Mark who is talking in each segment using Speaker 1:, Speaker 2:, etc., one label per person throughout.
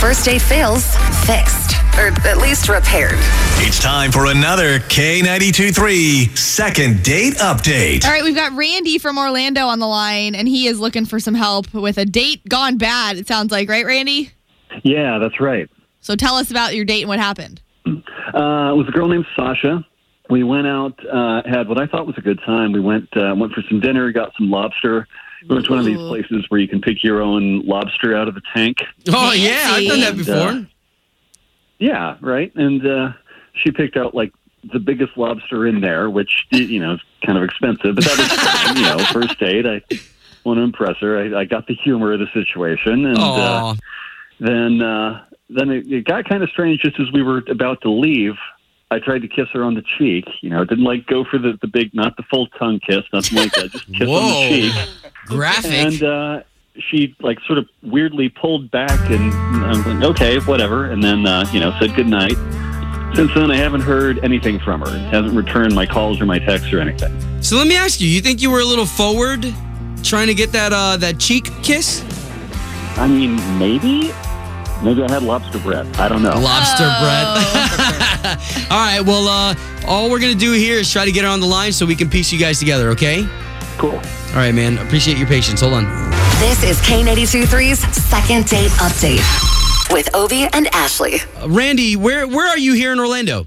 Speaker 1: first date fails fixed, or at least repaired.
Speaker 2: It's time for another K92 3 second date update.
Speaker 3: All right, we've got Randy from Orlando on the line, and he is looking for some help with a date gone bad, it sounds like, right, Randy?
Speaker 4: Yeah, that's right.
Speaker 3: So tell us about your date and what happened.
Speaker 4: Uh, it was a girl named Sasha. We went out, uh, had what I thought was a good time. We went uh, went for some dinner, got some lobster. We went to one of these
Speaker 3: Ooh.
Speaker 4: places where you can pick your own lobster out of the tank.
Speaker 5: Oh yeah, I've done that
Speaker 4: And,
Speaker 5: before.
Speaker 4: uh, Yeah, right. And uh, she picked out like the biggest lobster in there, which y- you know is kind of expensive, but that was fine, you know first date. I want to impress her. I, I got the humor of the situation, and uh,
Speaker 5: Aw.
Speaker 4: then uh, then it, it got kind of strange. Just as we were about to leave, I tried to kiss her on the cheek. You know, didn't like go for the the big, not the full tongue kiss, nothing like that. Just kiss on the
Speaker 5: Whoa.
Speaker 4: cheek
Speaker 5: graphic.
Speaker 4: and uh, she like sort of weirdly pulled back and i was like okay whatever and then uh, you know said good night since then i haven't heard anything from her hasn't returned my calls or my texts or anything
Speaker 5: so let me ask you: You think you were a little forward, trying to get that uh, that cheek kiss?
Speaker 4: i mean maybe maybe i had lobster breath i don't know
Speaker 5: Lobster
Speaker 3: Oh.
Speaker 5: bread. all right. Well, uh, all we're gonna do here is try to get her on the line so we can piece you guys together. Okay.
Speaker 4: cool
Speaker 5: All right, man. Appreciate your patience. Hold on.
Speaker 1: This is K92 3's second date update with Ovi and Ashley.
Speaker 5: Uh, Randy, where where are you here in Orlando?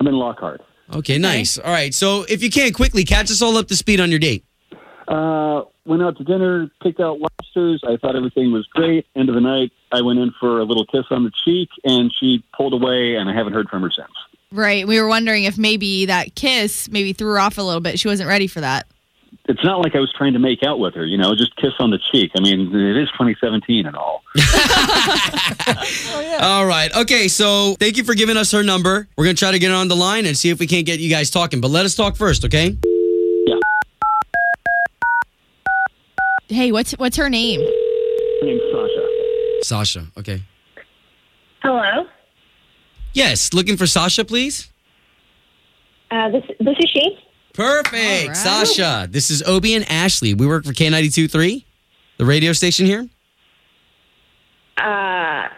Speaker 4: i'm in lockhart
Speaker 5: Okay, nice. All right. So if you can quickly catch us all up to speed on your date.
Speaker 4: uh, went out to dinner picked out lobsters i thought everything was great end of the night i went in for a little kiss on the cheek and she pulled away and i haven't heard from her since
Speaker 3: Right. We were wondering if maybe that kiss maybe threw her off a little bit. She wasn't ready for that.
Speaker 4: it's not like I was trying to make out with her, you know, just kiss on the cheek. I mean, it is 2017 and all.
Speaker 5: All right. Okay. So thank you for giving us her number. We're going to try to get her on the line and see if we can't get you guys talking. But let us talk first, okay?
Speaker 3: Hey, what's what's her name?
Speaker 4: Her name's Sasha.
Speaker 5: Sasha. Okay.
Speaker 6: Hello.
Speaker 5: Yes. Looking for Sasha, please.
Speaker 6: Uh, this this is she.
Speaker 5: Perfect.
Speaker 3: All right.
Speaker 5: Sasha. This is Obi and Ashley. We work for K92 3, the radio station here.
Speaker 6: Uh,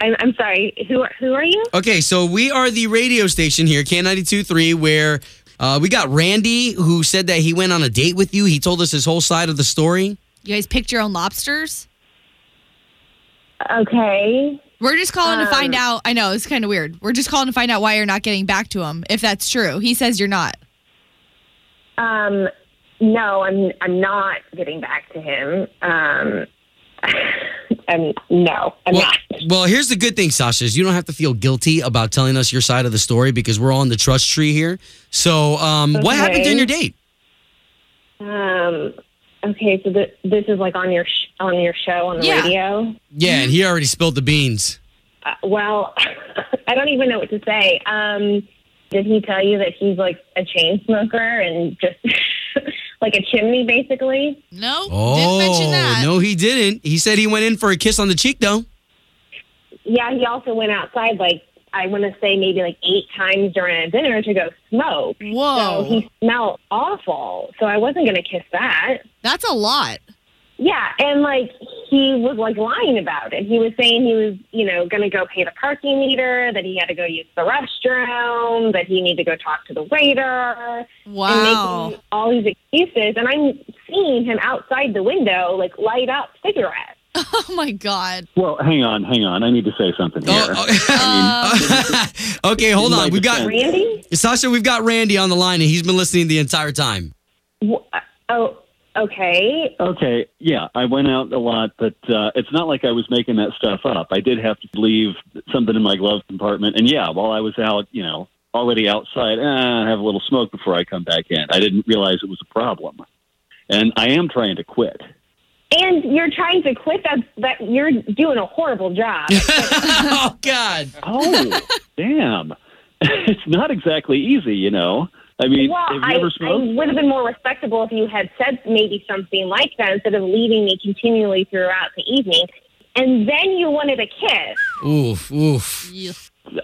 Speaker 6: I'm I'm sorry. Who are, who are you?
Speaker 5: Okay, so we are the radio station here, K92.3, where uh, we got Randy, who said that he went on a date with you. He told us his whole side of the story.
Speaker 3: You guys picked your own lobsters?
Speaker 6: Okay.
Speaker 3: We're just calling to find
Speaker 6: Um,
Speaker 3: out. I know it's kind of weird. We're just calling to find out why you're not getting back to him, if that's true. He says you're not.
Speaker 6: Um, no, I'm I'm not getting back to him. Um, I'm no, I'm
Speaker 5: Well,
Speaker 6: not.
Speaker 5: well, here's the good thing, Sasha, is you don't have to feel guilty about telling us your side of the story because we're on the trust tree here. So, um, what happened
Speaker 6: Okay.
Speaker 5: during your date?
Speaker 6: Um, okay, so th- this is like on your sh- on your show on the
Speaker 3: Yeah.
Speaker 6: radio.
Speaker 5: Yeah, and he already spilled the beans.
Speaker 6: Uh, well, I don't even know what to say. Um, did he tell you that he's like a chain smoker and just like a chimney, basically?
Speaker 3: No,
Speaker 5: Oh,
Speaker 3: didn't mention that.
Speaker 5: no, he didn't. He said he went in for a kiss on the cheek, though.
Speaker 6: Yeah, he also went outside like I want to say maybe like eight times during a dinner to go smoke. So
Speaker 3: Whoa,
Speaker 6: he smelled awful. So I wasn't going to kiss that.
Speaker 3: that's a lot.
Speaker 6: Yeah, and like he was like lying about it. He was saying he was, you know, going to go pay the parking meter, that he had to go use the restroom, that he needed to go talk to the waiter, and
Speaker 3: Wow.
Speaker 6: making all these excuses. And I'm seeing him outside the window, like light up cigarettes.
Speaker 3: Oh my god.
Speaker 4: Well, hang on, hang on. I need to say something here.
Speaker 5: Oh, oh.
Speaker 4: I
Speaker 5: okay, hold on. We've got
Speaker 6: Randy?
Speaker 5: Sasha, we've got Randy on the line, and he's been listening the entire time.
Speaker 6: Wh- Oh, okay.
Speaker 4: mean, okay, yeah, I went out a lot, but uh, it's not like I was making that stuff up. I did have to leave something in my glove compartment, and yeah, while I was out, you know, already outside, eh, have a little smoke before I come back in. I didn't realize it was a problem, and I am trying to quit.
Speaker 6: And you're trying to quit that that you're doing a horrible job.
Speaker 5: oh God!
Speaker 4: Oh, damn! it's not exactly easy, you know. I mean,
Speaker 6: well,
Speaker 4: have you
Speaker 6: I,
Speaker 4: ever
Speaker 6: I
Speaker 4: smoked?
Speaker 6: would have been more respectable if you had said maybe something like that instead of leaving me continually throughout the evening. And then you wanted a kiss.
Speaker 5: Oof! Oof!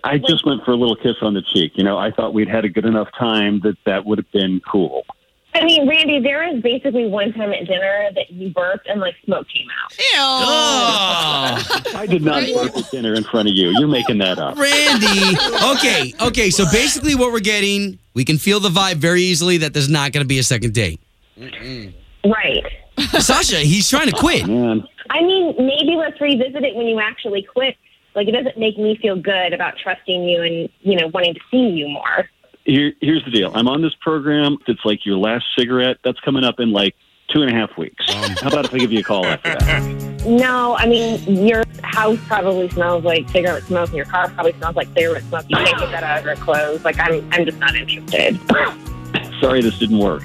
Speaker 4: I just went for a little kiss on the cheek. You know, I thought we'd had a good enough time that that would have been cool.
Speaker 6: I mean, Randy, there is basically one time at dinner that you burped and like smoke came out.
Speaker 3: Ew.
Speaker 5: Oh,
Speaker 4: I did not work at dinner in front of you. You're making that up.
Speaker 5: Randy. Okay, okay. So basically, what we're getting, we can feel the vibe very easily that there's not going to be a second date.
Speaker 6: Right.
Speaker 5: Sasha, he's trying to quit.
Speaker 4: Man,
Speaker 6: I mean, maybe let's revisit it when you actually quit. Like, it doesn't make me feel good about trusting you and, you know, wanting to see you more.
Speaker 4: here, here's the deal. I'm on this program that's like your last cigarette. That's coming up in like two and a half weeks. How about if I give you a call after that?
Speaker 6: No, I mean, your house probably smells like cigarette smoke and your car probably smells like cigarette smoke. You can't get that out of your clothes. Like, I'm, I'm just not interested.
Speaker 4: Sorry, this didn't work.